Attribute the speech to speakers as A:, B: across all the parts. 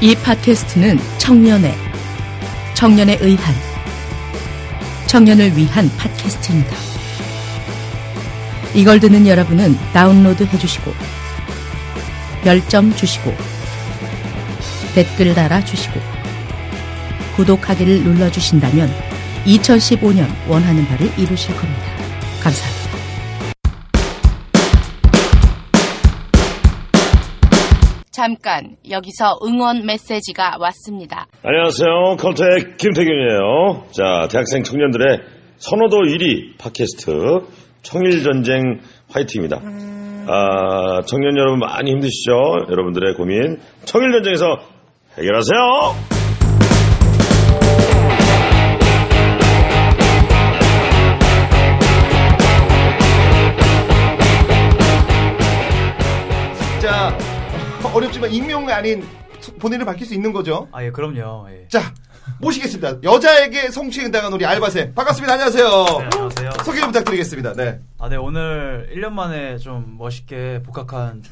A: 이 팟캐스트는 청년의 청년에 의한 청년을 위한 팟캐스트입니다. 이걸 듣는 여러분은 다운로드 해주시고 별점 주시고 댓글 달아주시고 구독하기를 눌러주신다면 2015년 원하는 바를 이루실 겁니다. 감사합니다. 잠깐 여기서 응원 메시지가 왔습니다.
B: 안녕하세요. 컬트의 김태균이에요. 자, 대학생 청년들의 선호도 1위 팟캐스트 청일전쟁 화이트입니다. 아, 청년 여러분 많이 힘드시죠? 여러분들의 고민 청일전쟁에서 해결하세요.
C: 자 어렵지만 익명 아닌 수- 본인을 밝힐 수 있는 거죠.
D: 아, 예, 그럼요. 예.
C: 자 모시겠습니다. 여자에게 성추행 당한 우리 알바생 반갑습니다. 안녕하세요.
D: 네, 안녕하세요.
C: 소개 좀 부탁드리겠습니다. 네.
D: 아, 네, 오늘 1년 만에 좀 멋있게 복학한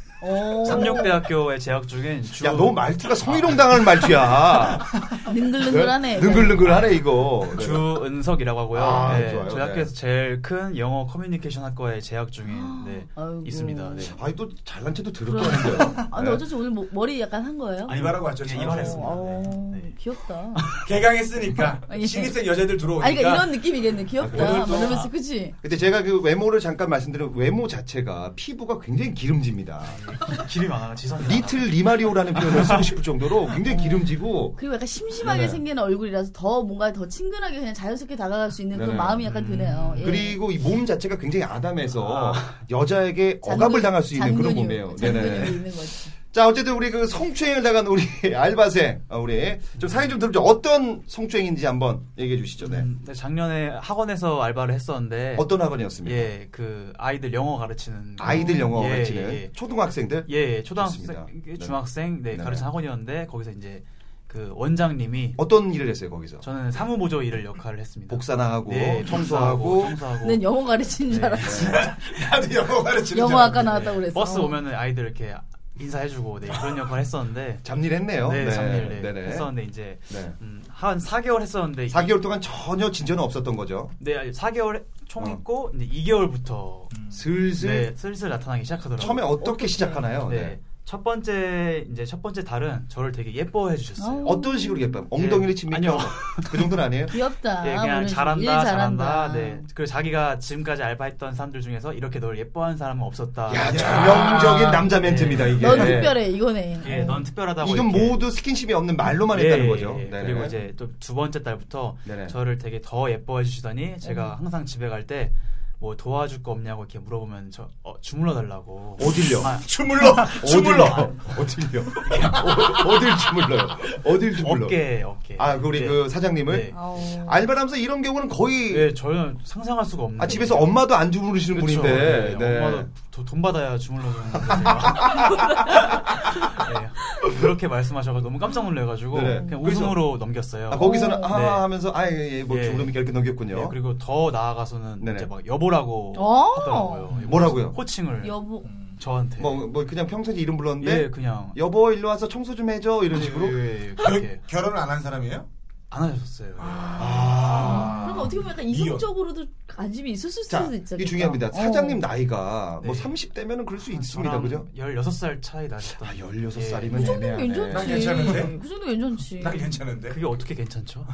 D: 삼육대학교에 재학 중인 주.
C: 어.
D: 아.
C: 야 너무 말투가 성희롱 당하는 말투야.
E: 어, 능글능글하네.
C: 능글능글하네 이거. 네.
D: 주은석이라고 하고요.
C: 아,
D: 네,
C: 좋아요.
D: 저희
C: 네.
D: 학교에서 제일 큰 영어 커뮤니케이션 학과에 재학 중인 네,
E: 아이고.
D: 있습니다. 네.
C: 아니 또 잘난 채도 더럽다는데요. 네.
E: 아, 근데 어쩐지 오늘 뭐- 머리 약간 한 거예요?
F: 아, 이발하고 왔죠.
D: 예,
F: 지금.
D: 이발했습니다.
E: 어,
D: 네, 네.
E: 귀엽다.
F: 개강했으니까
E: 아니. 예.
F: 신입생 여자들 들어오니까. 아,
E: 아, 그러니까 이런 느낌이겠네. 귀엽다.
F: 오늘 또-
E: 만나면서 그치?
C: 근데 제가 그 외모를 잠깐 말씀드린 외모 자체가 피부가 굉장히 기름집니다.
D: 길이 많아, 지성이.
C: 리틀 리마리오라는 표현을 쓰고 싶을 정도로 굉장히 기름지고
E: 그리고 약간 심심하게
C: 네네.
E: 생기는 얼굴이라서 더 뭔가 더 친근하게 그냥 자연스럽게 다가갈 수 있는 그런
C: 네네.
E: 마음이 약간 드네요. 예.
C: 그리고 이 몸 자체가 굉장히 아담해서 여자에게 억압을 당할 수 있는 그런
E: 장근육,
C: 몸이에요.
E: 장근육이
C: 네네.
E: 있는 거지.
C: 자 어쨌든 우리 그 성추행을 당한 우리 알바생 어, 우리 좀 사연 좀 들어보죠. 어떤 성추행인지 한번 얘기해 주시죠. 네.
D: 음, 네, 작년에 학원에서 알바를 했었는데.
C: 어떤 학원이었습니까?
D: 예, 그 아이들 영어 가르치는.
C: 아이들 영어
D: 예,
C: 가르치는
D: 예, 예.
C: 초등학생들.
D: 예, 예, 초등학생,
C: 좋습니다. 네.
D: 중학생, 네,
C: 네.
D: 가르치는 학원이었는데 거기서 이제 그 원장님이
C: 어떤 일을 했어요 거기서?
D: 저는 사무보조 일을 역할을 했습니다.
C: 복사나 하고
D: 네,
C: 청소하고
D: 청소하고.
E: 난 영어 가르치는
C: 네.
E: 줄 알았지.
F: 나도 영어 가르치는 줄
E: 영어학과
F: 알았는데.
E: 나왔다고 그랬어.
D: 버스 오면은 아이들 이렇게 인사해주고 네, 그런 역할을 했었는데
C: 잡일했네요.
D: 네, 3일 네,
C: 네네.
D: 했었는데 이제
C: 네.
D: 음, 한 4개월 했었는데
C: 4개월 동안 전혀 진전은 없었던 거죠.
D: 네, 아니, 4개월 총
C: 어. 음.
D: 했고 이제 2개월부터
C: 슬슬
D: 네, 슬슬 나타나기 시작하더라고요.
C: 처음에 어떻게, 시작하나요?
D: 네.
C: 네.
D: 첫 번째 이제 첫 번째 달은 저를 되게 예뻐해 주셨어요.
E: 아우.
C: 어떤 식으로 예뻐요? 엉덩이를
D: 예.
C: 칩니까?
D: 아니요.
C: 그 정도는 아니에요?
E: 귀엽다.
D: 예,
E: 오늘
D: 그냥
E: 좀
D: 잘한다,
E: 일
D: 잘한다, 네. 그리고 자기가 지금까지 알바했던 사람들 중에서 이렇게 널 예뻐하는 사람은 없었다.
C: 야, 전형적인 아, 남자 멘트입니다, 이게.
E: 넌
C: 네.
E: 특별해, 이거네.
D: 예, 넌 특별하다고.
C: 이건 뭐
D: 이렇게.
C: 모두 스킨십이 없는 말로만 했다는
D: 예,
C: 거죠.
D: 예, 예.
C: 네네.
D: 그리고 이제 또 두 번째 달부터
C: 네네. 음.
D: 저를 되게 더 예뻐해 주시더니 제가 항상 집에 갈 때 뭐 도와줄 거 없냐고 이렇게 물어보면 저 어, 주물러 달라고.
C: 어딜요?
D: 아,
F: 주물러 주물러.
C: 어딜요? 어- 어딜 주물러요? 어딜 주물러?
D: 어깨, 어깨.
C: 아, 그 우리
D: 네.
C: 그 사장님을
D: 네.
E: 아우.
C: 알바하면서 이런 경우는 거의
D: 예, 저는 상상할 수가 없는.
C: 아, 집에서 엄마도 안 주무르시는
D: 그쵸.
C: 분인데.
D: 예,
C: 네.
D: 엄마도 도- 돈 받아야 주물러 주는 건데. 예, 그렇게 말씀하셔서 너무 깜짝 놀래가지고
C: 네네.
D: 그냥
C: 그래서-
D: 웃음으로 넘겼어요.
C: 아, 거기서는 아
D: 네.
C: 하면서 아 예, 예, 뭐
D: 예.
C: 주무르면 이렇게 넘겼군요.
D: 네, 그리고 더 나아가서는
C: 네네.
D: 이제 막 여보라고
E: 어.
D: 하더라고요. 예,
C: 뭐라고요?
D: 호칭을
E: 여보.
D: 저한테.
C: 뭐, 네? 뭐 그냥 평소에 이름 불렀는데
D: 예, 그냥
C: 여보 일로 와서 청소 좀 해줘 이런 식으로
D: 예, 예,
F: 결,
D: 그렇게
F: 결혼을 안 한 사람이에요?
D: 안 하셨어요.
C: 아,
F: 아.
E: 그러면 그러니까 어떻게 보면 약간 이성적으로도 관심이 있을
C: 자,
E: 수도 그렇죠. 있잖아요. 어.
C: 이게 중요합니다. 사장님 나이가 뭐
D: 네.
C: 30대면은 그럴 수 있습니다. 그죠?
D: 16살 차이 나셨던.
C: 아,
D: 예. 네.
C: 16살이면
E: 그 정도면 괜찮지.
F: 난 괜찮은데?
E: 그 정도 괜찮지.
F: 난 괜찮은데.
D: 그게 어떻게 괜찮죠?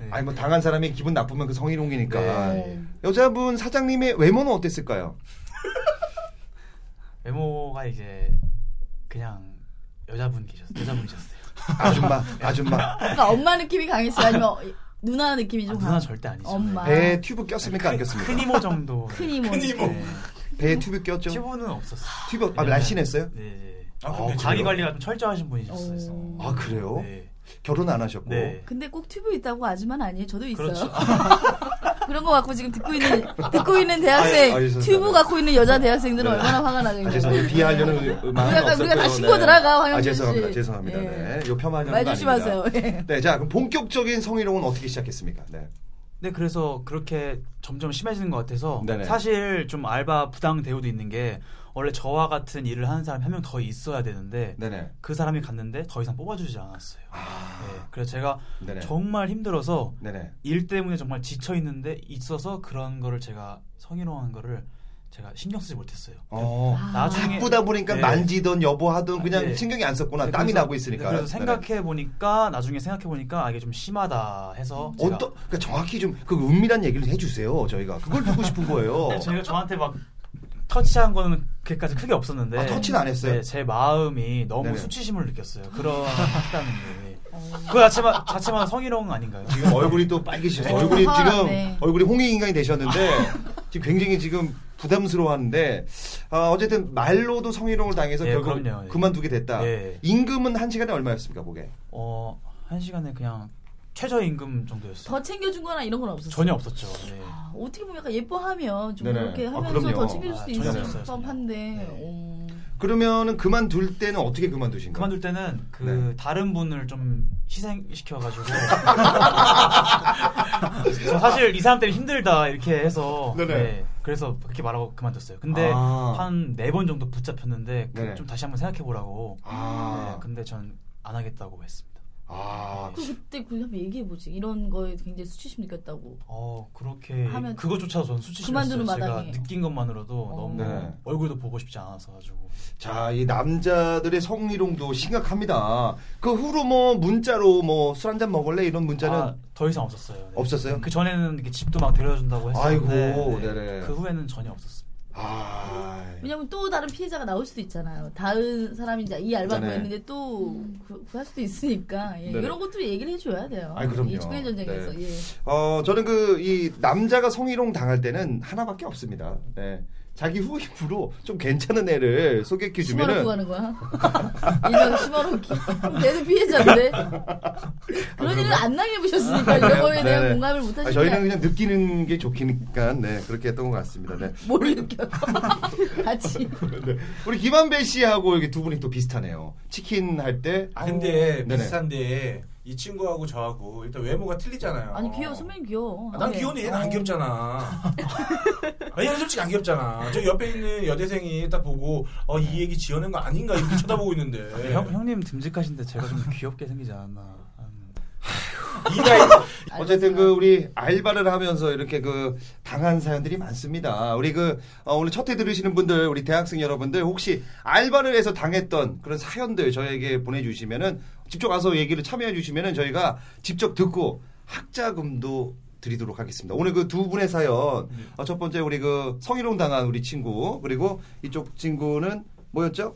D: 네.
C: 아니 뭐 당한 사람이 기분 나쁘면 그 성희롱이니까.
D: 네.
E: 어.
C: 여자분 사장님의 외모는 어땠을까요?
D: 외모가 이제 그냥 여자분 계셨어요. 여자분이셨어요.
C: 아줌마, 아줌마.
E: 그러니까 엄마 느낌이 강했어. 요 아니면 누나 느낌이
D: 아,
E: 좀
D: 누나
E: 강했어.
D: 절대 아니죠. 네.
E: 엄마.
C: 배에 튜브 꼈습니까? 안 꼈습니까?
D: 큰 이모 정도.
E: 큰 이모.
F: 큰 이모.
D: 네.
C: 배에 튜브 꼈죠?
D: 피부는 없었어요.
C: 튜브 아 날씬했어요?
D: 네, 네.
F: 아,
C: 어,
F: 그럼 괜찮아요.
D: 자기 관리가 좀 철저하신 분이셨어요.
E: 어.
C: 아 그래요?
D: 네.
C: 결혼 안 하셨고.
D: 네.
E: 근데 꼭 튜브 있다고 아줌마는 아니에요. 저도 있어요.
D: 그렇죠.
E: 그런 거 갖고 지금 듣고 있는 듣고 있는 대학생
C: 아, 예, 알겠습니다.
E: 튜브 갖고 있는 여자 대학생들은
C: 네.
E: 얼마나 화가 나겠냐.
C: 아, 죄송해요. 비하하려는 의- 마음은
E: 네. 우리가-
C: 없었고요.
E: 우리가 다 신고 들어가, 황영준
C: 아, 죄송합니다.
E: 씨.
C: 죄송합니다.
E: 예.
C: 네. 요폄하려는
E: 말
C: 거 아닙니다.
E: 조심하세요. 예.
C: 네, 자 그럼 본격적인 성희롱은 어떻게 시작했습니까? 네.
D: 네, 그래서 그렇게 점점 심해지는 것 같아서
C: 네네.
D: 사실 좀 알바 부당 대우도 있는 게 원래 저와 같은 일을 하는 사람이 한 명 더 있어야 되는데
C: 네네.
D: 그 사람이 갔는데 더 이상 뽑아주지 않았어요. 네, 그래서 제가
C: 아. 네네.
D: 정말 힘들어서
C: 네네.
D: 일 때문에 정말 지쳐 있는데 있어서 그런 거를 제가 성희롱한 거를 제가 신경 쓰지 못했어요.
C: 어.
E: 아,
D: 나중에
C: 바쁘다 보니까
D: 네.
C: 만지던 여보하던
D: 아,
C: 그냥
D: 네.
C: 신경이 안 썼구나.
D: 네,
C: 땀이
D: 그래서-
C: 나고 있으니까.
D: 네, 그래서 생각해 보니까 나중에 생각해 보니까 아, 이게 좀 심하다 해서 제가
C: 어떤 그러니까 정확히 좀 그 은밀한 얘기를 해주세요. 저희가 그걸 듣고 싶은 거예요.
D: 네, 저희가 저한테 막 터치한 거는 그게까지 크게 없었는데
C: 아, 터치는 안 했어요?
D: 네, 제 마음이 너무
C: 네네.
D: 수치심을 느꼈어요. 그런 식당인데 그 자체만 자체만 성희롱 아닌가요?
C: 지금 얼굴이 또 빨개지셨어요. 얼굴이
E: 아,
C: 지금
E: 네. 아.
C: 얼굴이 홍익 인간이 되셨는데 지금 굉장히 지금 부담스러워하는데 아, 어쨌든 말로도 성희롱을 당해서
D: 예,
C: 결국
D: 그럼요, 예.
C: 그만두게 됐다.
D: 예.
C: 임금은 한 시간에 얼마였습니까, 그게?
D: 어, 한 시간에 그냥 최저 임금 정도였어요.
E: 더 챙겨준 거나 이런 건 없었어요.
D: 전혀 없었죠. 네.
E: 아, 어떻게 보면 약간 예뻐하면 좀
C: 네네.
E: 그렇게
C: 아,
E: 하면서
C: 그럼요.
E: 더 챙겨줄
D: 아,
E: 수
D: 전혀
E: 있을
D: 없었어요,
E: 법한데.
D: 네.
E: 어.
C: 그러면은 그만둘 때는 어떻게 그만두신 가요
D: 그만둘 때는 그
C: 네.
D: 다른 분을 좀 희생시켜가지고 저 사실 이 사람 때문에 힘들다 이렇게 해서
C: 네네.
D: 네, 그래서 그렇게 말하고 그만뒀어요. 근데
C: 아.
D: 한 네 번 정도 붙잡혔는데 그
C: 네네.
D: 좀 다시 한번 생각해보라고.
C: 아.
D: 네, 근데 전 안 하겠다고 했습니다.
C: 아.
E: 그 그때 그 한번 얘기해 보지. 이런 거에 굉장히 수치심 느꼈다고.
D: 어 그렇게
E: 하면
D: 그것조차 전 수치심했어요.
E: 그만두는
D: 제가
E: 마당에.
D: 느낀 것만으로도
E: 어.
D: 너무
C: 네.
D: 얼굴도 보고 싶지 않아서 가지고.
C: 자, 이 남자들의 성희롱도 심각합니다. 그 후로 뭐 문자로 뭐 술 한 잔 먹을래 이런 문자는
D: 아, 더 이상 없었어요. 네.
C: 없었어요?
D: 그 전에는 이렇게 집도 막 데려준다고 했었는데
C: 아이고,
D: 네.
C: 네네.
D: 그 후에는 전혀 없었어요.
C: 아.
E: 왜냐면 또 다른 피해자가 나올 수도 있잖아요. 다른 사람이 이제 이 알바
C: 네네.
E: 구했는데 또
C: 음.
E: 구- 구할 수도 있으니까 예,
C: 네네.
E: 이런 것도 얘기를 해줘야 돼요.
C: 아이, 그럼요.
E: 이 청년 전쟁에서
C: 네.
E: 예.
C: 어, 저는 그, 이, 남자가 성희롱 당할 때는 하나밖에 없습니다. 네. 자기 후임으로 좀 괜찮은 애를
E: 심어놓고
C: 소개해주면은.
E: 가는 거야. 이런 심어놓기. 걔도 피해자인데. 그런 일은 안 당해보셨으니까 이런 거에 대한
C: 아, 네네.
E: 공감을 못
C: 아,
E: 하시니까
C: 저희는 그냥 느끼는 게 좋기니까, 네, 그렇게 했던 것 같습니다. 네.
E: 뭘 느껴. 같이.
C: 네. 우리 김한배 씨하고 여기 두 분이 또 비슷하네요. 치킨 할 때.
F: 아 근데
C: 네네.
F: 비슷한데 이 친구하고 저하고 일단 외모가 틀리잖아요.
E: 아니 귀여워. 선배님 귀여워.
F: 아, 난
E: 네.
F: 귀여운데 얘는 안 귀엽잖아. 아, 얘는 솔직히 안 귀엽잖아. 저 옆에 있는 여대생이 딱 보고 어, 이 얘기 지어낸 거 아닌가 이렇게 쳐다보고 있는데.
C: 네.
D: 형, 형님 듬직하신데 제가 좀 귀엽게 생기지 않았나. 하는.
F: 이 나이
C: 어쨌든 그 우리 알바를 하면서 이렇게 그 당한 사연들이 많습니다. 우리 그 어, 오늘 첫 회 들으시는 분들 우리 대학생 여러분들 혹시 알바를 해서 당했던 그런 사연들 저에게 보내주시면은 직접 와서 얘기를 참여해 주시면은 저희가 직접 듣고 학자금도 드리도록 하겠습니다. 오늘 그 두 분의 사연 어, 첫 번째 우리 그 성희롱 당한 우리 친구 그리고 이쪽 친구는 뭐였죠?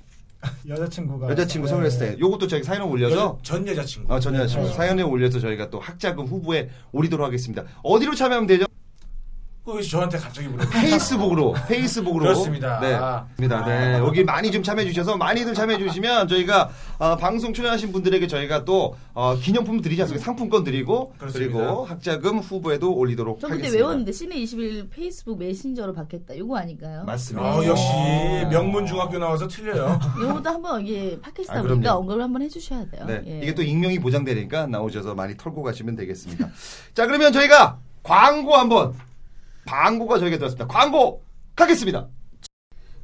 G: 여자친구가
C: 여자친구
G: 네.
C: 성희롱했을 때 요것도 저희 사연을 올려서
F: 여- 전 여자친구.
C: 아, 전여자친구
F: 네.
C: 사연에 올려서 저희가 또 학자금 후보에 오리도록 하겠습니다. 어디로 참여하면 되죠?
F: 그왜 저한테 갑자기 물어보
C: 페이스북으로, 페이스북으로.
F: 그렇습니다. 아.
C: 네. 입니다. 네. 여기 많이 좀 참여해 주셔서 많이들 참여해 주시면 저희가 어, 방송 출연하신 분들에게 저희가 또 어, 기념품 드리지 않습니까? 상품권 드리고 그리
F: 그렇습니다.
C: 고 학자금 후보에도 올리도록
E: 저
C: 하겠습니다.
E: 그때 외웠는데 시내 21 페이스북 메신저로 받겠다. 이거 아닐까요?
C: 맞습니다.
F: 아, 역시 명문 중학교 나와서 틀려요.
E: 이런 것도 한번 이게 팟캐스트
C: 아,
E: 아,
C: 그럼요.
E: 보니까 언급을 한번 해주셔야 돼요.
C: 네.
E: 예.
C: 이게 또 익명이 보장되니까 나오셔서 많이 털고 가시면 되겠습니다. 자, 그러면 저희가 광고 한번 광고가 저희가 들었습니다. 광고 가겠습니다.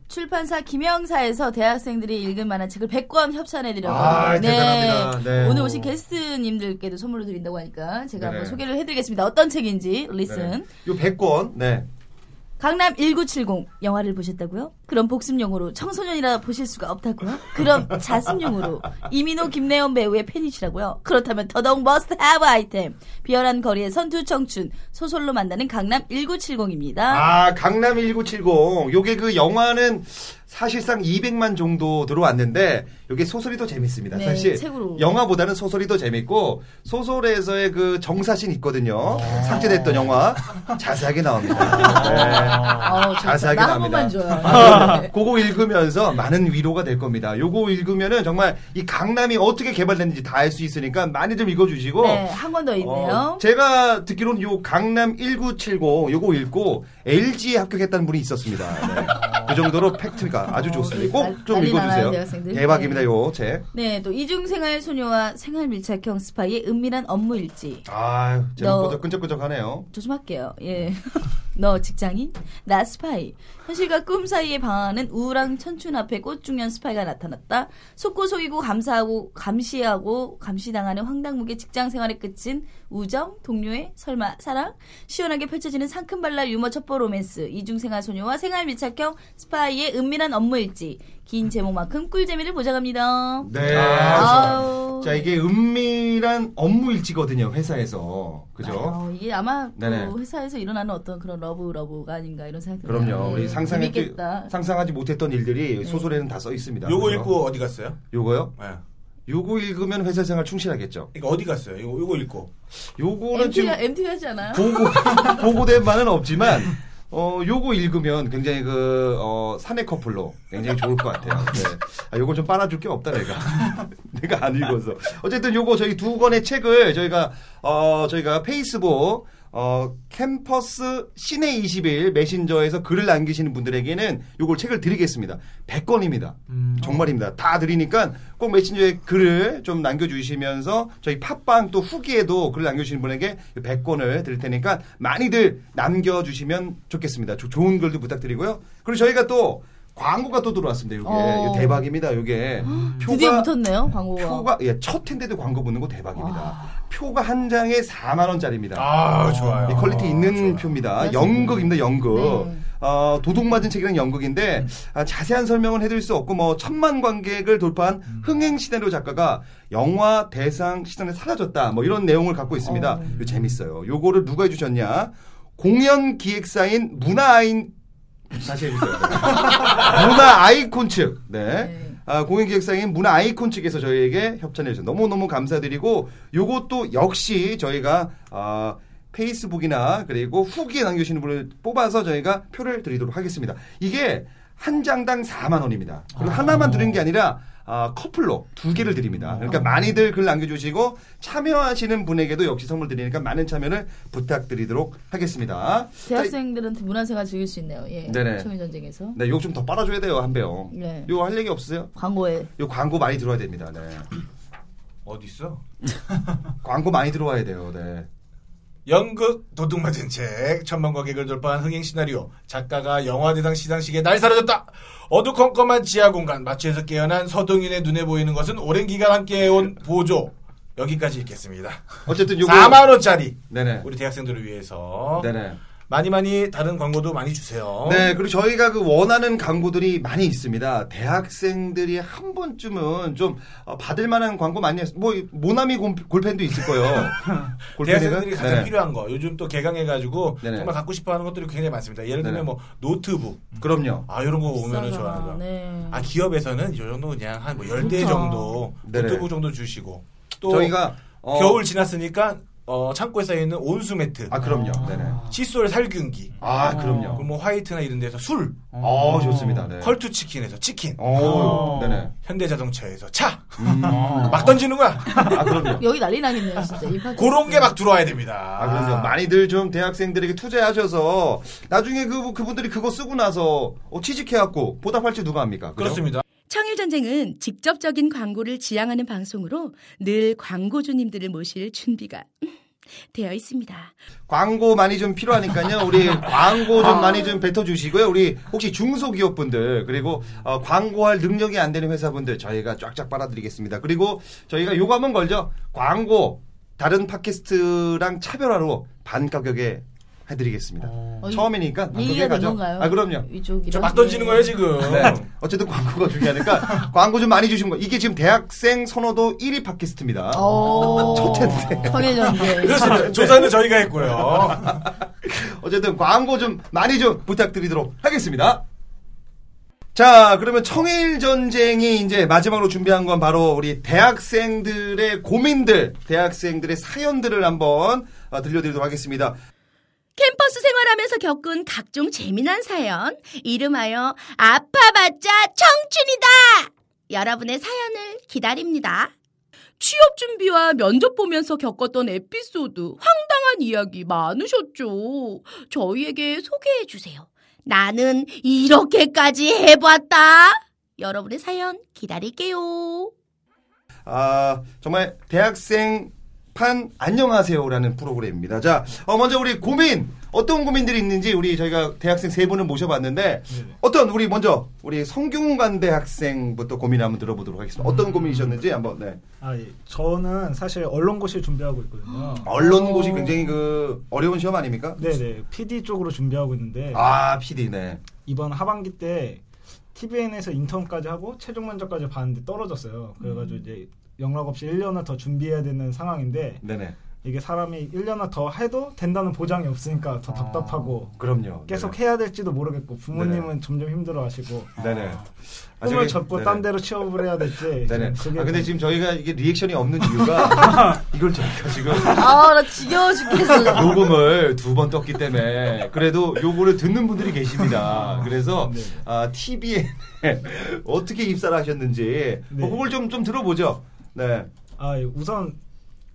E: 출판사 김영사에서 대학생들이 읽은 만화책을 100권 협찬해드려요.
C: 아, 대단합니다. 네.
E: 오늘 오신 게스트님들께도 선물로 드린다고 하니까 제가
C: 네네. 네,
E: 한번 소개를 해드리겠습니다. 어떤 책인지 리슨.
C: 요 100권. 네.
E: 강남 1970 영화를 보셨다고요? 그럼 복습용으로 청소년이라 보실 수가 없다고요? 그럼 자습용으로 이민호 김내연 배우의 팬이시라고요? 그렇다면 더더욱 머스트 하브 아이템 비열한 거리의 예, 선두 청춘 소설로 만나는 강남 1970입니다.
C: 아, 강남 1970. 요게 그 영화는 사실상 200만 정도 들어왔는데 요게 소설이 더 재밌습니다.
E: 네,
C: 사실
E: 책으로.
C: 영화보다는 소설이 더 재밌고 소설에서의 그 정사신 있거든요.
E: 아.
C: 삭제됐던 영화 자세하게 나옵니다. 네.
E: 어,
C: 자세하게
E: 나한
C: 나옵니다.
E: 번만 줘요.
C: 아, 그럼요. 그거 읽으면서 많은 위로가 될 겁니다. 요거 읽으면은 정말 이 강남이 어떻게 개발됐는지 다 알 수 있으니까 많이 좀 읽어주시고
E: 네, 한 권 더 있네요.
C: 어, 제가 듣기로는 요 강남 1970 요거 읽고 LG에 합격했다는 분이 있었습니다. 네. 그 정도로 팩트가 아주
E: 어,
C: 좋습니다.
E: 날-
C: 꼭 좀
E: 난리 나나요,
C: 읽어주세요.
E: 대학생들?
C: 대박입니다,
E: 네.
C: 요 책.
E: 네, 또 이중생활 소녀와 생활 밀착형 스파이의 은밀한 업무 일지.
C: 아,
E: 너-
C: 제목보다 끈적끈적하네요.
E: 조심할게요. 예. 너 직장인? 나 스파이. 현실과 꿈 사이에 방황하는 우울한 천춘 앞에 꽃중년 스파이가 나타났다. 속고 속이고 감사하고 감시하고 감시당하는 황당무계 직장 생활의 끝인 우정, 동료의 설마 사랑, 시원하게 펼쳐지는 상큼발랄 유머 첩보 로맨스, 이중생활 소녀와 생활 밀착형 스파이의 은밀한 업무 일지. 긴 제목만큼 꿀재미를 보장합니다.
C: 네.
E: 아우.
C: 자, 이게 은밀한 업무 일지거든요, 회사에서. 그죠?
E: 맞아요. 어, 이게 아마 또
C: 네네.
E: 회사에서 일어나는 어떤 그런 러브 러브가 아닌가 이런 생각이 들어요.
C: 그럼요. 우리 상상하지,
E: 음, 재밌겠다. 네.
C: 상상하지 못했던 일들이 소설에는 다 써 있습니다.
F: 요거
C: 그죠?
F: 읽고 어디 갔어요?
C: 요거요?
F: 예.
C: 요거 읽으면 회사 생활 충실하겠죠.
F: 이거 그러니까 어디 갔어요? 요거, 요거 읽고.
C: 요거는 지금
E: MT가 MT 하지 않아요?
C: 보고 보고된 바는 없지만 어 요거 읽으면 굉장히 그 어, 사내 커플로 굉장히 좋을 것 같아요. 네. 아, 요거 좀 빨아줄 게 없다 내가 내가 안 읽어서 어쨌든 요거 저희 두 권의 책을 저희가 어 저희가 페이스북 어 캠퍼스 시내 21 메신저에서 글을 남기시는 분들에게는 요걸 책을 드리겠습니다. 100권입니다. 정말입니다. 다 드리니까 꼭 메신저에 글을 좀 남겨주시면서 저희 팟빵 또 후기에도 글을 남겨주시는 분에게 100권을 드릴 테니까 많이들 남겨주시면 좋겠습니다. 조- 좋은 글도 부탁드리고요. 그리고 저희가 또 광고가 또 들어왔습니다. 이게
E: 어.
C: 대박입니다. 이게
E: 드디어 붙었네요 광고가.
C: 표가 예, 첫 텐데도 광고 붙는 거 대박입니다. 표가 한 장에 4만 원짜리입니다.
F: 아, 좋아요.
C: 이 퀄리티 있는
F: 좋아요.
C: 표입니다.
E: 맞아요.
C: 연극입니다, 연극.
E: 네.
C: 어, 도둑맞은 책이라는 연극인데 아, 자세한 설명은 해드릴 수 없고 뭐 천만 관객을 돌파한 흥행 시나리오 작가가 영화 대상 시장에 사라졌다 뭐 이런 내용을 갖고 있습니다. 이거 재밌어요. 요거를 누가 해주셨냐? 공연 기획사인 문화아인 다시 해주세요. 문화 아이콘 측. 네.
E: 네.
C: 아, 공연기획사인 문화 아이콘 측에서 저희에게 협찬해 주셔서 너무너무 감사드리고 요것도 역시 저희가 아, 페이스북이나 그리고 후기에 남겨주시는 분을 뽑아서 저희가 표를 드리도록 하겠습니다. 이게 한 장당 4만 원입니다. 그리고 하나만 드리는 게 아니라 아, 커플로 두 개를 드립니다. 그러니까 많이들 글 남겨주시고 참여하시는 분에게도 역시 선물 드리니까 많은 참여를 부탁드리도록 하겠습니다. 자,
E: 대학생들한테 문화생활 즐길 수 있네요. 예.
C: 네네.
E: 청일 전쟁에서
C: 네, 요거 좀 더 빨아줘야 돼요, 한 배요.
E: 네.
C: 요거 할 얘기 없으세요?
E: 광고에
C: 요 광고 많이 들어와야 됩니다. 네.
F: 어디 있어?
C: 광고 많이 들어와야 돼요. 네.
F: 연극 도둑 맞은 책 천만 관객을 돌파한 흥행 시나리오 작가가 영화 대상 시상식에 날 사라졌다 어두컴컴한 지하 공간 마취에서 깨어난 서동인의 눈에 보이는 것은 오랜 기간 함께해온 보조 여기까지 읽겠습니다
C: 어쨌든 요거
F: 4만 원짜리
C: 네네.
F: 우리 대학생들을 위해서
C: 네네.
F: 많이 많이 다른 광고도 많이 주세요
C: 네, 그리고 저희가 그 원하는 광고들이 많이 있습니다. 대학생들이 한 번쯤은 좀 어, 받을 만한 광고 많이 했, 뭐 모나미 곰- 골펜도 있을 거예요.
F: 대학생들이 가장
C: 네네.
F: 필요한 거 요즘 또 개강해가지고
C: 네네.
F: 정말 갖고 싶어하는 것들이 굉장히 많습니다 예를 들면
C: 네네.
F: 뭐 노트북
C: 그럼요.
F: 아 이런 거 보면은
E: 비싸잖아.
F: 좋아하죠
E: 네.
F: 아 기업에서는 이 정도 그냥 한 뭐 열 대
E: 그렇죠.
F: 정도
C: 네네.
F: 노트북 정도 주시고 또
C: 저희가 어,
F: 겨울 지났으니까 어, 창고에 쌓여 있는 온수 매트,
C: 아 그럼요. 네네.
F: 칫솔 살균기,
C: 아 그럼요.
F: 그리고 뭐 화이트나 이런 데서 술,
C: 어 좋습니다. 네.
F: 컬투 치킨에서 치킨,
C: 어, 네네. 음.
F: 현대자동차에서 차,
C: 어.
F: 막 던지는 거야.
C: 아 그럼요.
E: 여기 난리 나겠네요 진짜. 이 팟캐스트.
F: 그런 게 막 들어와야 됩니다.
C: 아, 그럼요. 많이들 좀 대학생들에게 투자하셔서 나중에 그 그분들이 그거 쓰고 나서 어, 취직해갖고 보답할지 누가 합니까? 그죠?
F: 그렇습니다.
A: 청일전쟁은 직접적인 광고를 지향하는 방송으로 늘 광고주님들을 모실 준비가 음, 되어 있습니다.
C: 광고 많이 좀 필요하니까요. 우리 광고 좀 많이 좀 뱉어주시고요. 우리 혹시 중소기업분들 그리고 어, 광고할 능력이 안 되는 회사분들 저희가 쫙쫙 빨아드리겠습니다. 그리고 저희가 요거 한번 걸죠. 광고 다른 팟캐스트랑 차별화로 반 가격에 해드리겠습니다.
E: 어, 이-
C: 처음이니까 반 가격에
E: 얘기가 된
C: 가죠.
E: 건가요?
C: 아 그럼요.
E: 이쪽
F: 저 막 던지는 거예요 지금.
C: 네. 어쨌든 광고가 중요하니까 광고 좀 많이 주신 거. 이게 지금 대학생 선호도 1위 팟캐스트입니다. 첫 텐데.
E: 청일 전쟁.
C: 아, 네.
F: 그렇습니다. 조사는 저희가 했고요.
C: 어쨌든 광고 좀 많이 좀 부탁드리도록 하겠습니다. 자, 그러면 청일 전쟁이 이제 마지막으로 준비한 건 바로 우리 대학생들의 고민들, 대학생들의 사연들을 한번 어, 들려드리도록 하겠습니다.
A: 캠퍼스 생활하면서 겪은 각종 재미난 사연, 이름하여 아파봤자 청춘이다! 여러분의 사연을 기다립니다. 취업 준비와 면접 보면서 겪었던 에피소드, 황당한 이야기 많으셨죠? 저희에게 소개해주세요. 나는 이렇게까지 해봤다. 여러분의 사연 기다릴게요.
C: 아, 정말 대학생 판 안녕하세요라는 프로그램입니다. 자, 어, 먼저 우리 고민 어떤 고민들이 있는지 우리 저희가 대학생 세 분을 모셔봤는데 어떤 우리 먼저 우리 성균관 대학생부터 고민 한번 들어보도록 하겠습니다.
G: 음.
C: 어떤 고민이셨는지 한번 네.
G: 아, 예. 저는 사실 언론고시 준비하고 있거든요.
C: 아, 언론고시
G: 어.
C: 굉장히 그 어려운 시험 아닙니까?
G: 네네. PD 쪽으로 준비하고 있는데
C: 아, PD 네.
G: 이번 하반기 때 TVN에서 인턴까지 하고 최종 면접까지 봤는데 떨어졌어요.
C: 음.
G: 그래가지고 이제 영락 없이 1년을 더 준비해야 되는 상황인데
C: 네네.
G: 이게 사람이 1년을 더 해도 된다는 보장이 없으니까 더 답답하고
C: 그럼요.
G: 계속
C: 아. 네네.
G: 해야 될지도 모르겠고 부모님은
C: 네네.
G: 점점 힘들어하시고
C: 네네. 아,
G: 꿈을
C: 저기-
G: 접고
C: 네네.
G: 딴 데로 취업을 해야 될지
C: 네네.
G: 그게
C: 아, 근데 지금 저희가 이게 리액션이 없는 이유가 이걸 저희가 지금
E: 아, 나 지겨워 죽겠어.
C: 그러니까 녹음을 두 번 떴기 때문에 그래도 요거를 듣는 분들이 계십니다. 그래서
G: 네.
C: 아, TV에 어떻게 입사를 하셨는지
G: 네.
C: 뭐 그걸 좀, 좀 들어보죠. 네.
G: 아, 예. 우선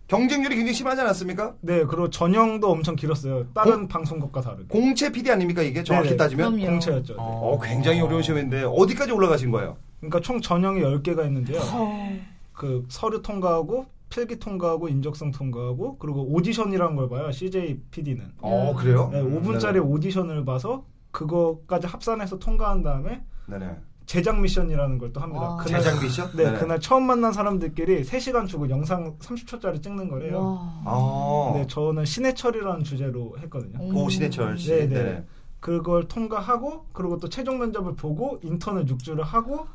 C: 경쟁률이 굉장히 심하지 않았습니까?
G: 네, 그리고 전형도 엄청 길었어요. 다른 방송국과 다르게.
C: 공채 PD 아닙니까 이게 정확히
G: 네네.
C: 따지면?
E: 그럼요.
G: 공채였죠. 네.
C: 어, 굉장히 어려운 시험인데 어디까지 올라가신 거예요?
G: 그러니까 총 전형이 10개가 있는데요.
E: 어,
G: 그 서류 통과하고 필기 통과하고 인적성 통과하고 그리고 오디션이라는 걸 봐요. CJ PD는.
C: 어, 그래요?
G: 네, 5분짜리 오디션을 봐서 그거까지 합산해서 통과한 다음에
C: 네네.
G: 제작 미션이라는 걸 또 합니다. 그날
C: 제작 미션?
G: 네, 그날 처음 만난 사람들끼리 3시간 주고 영상 30초짜리 찍는 거래요.
C: 아.
G: 근데 저는 신해철이라는 주제로 했거든요.
C: 고 신해철 씨.
G: 음. 네네.
C: 네네.
G: 그걸 통과하고 그리고 또 최종 면접을 보고 인턴을 6주를 하고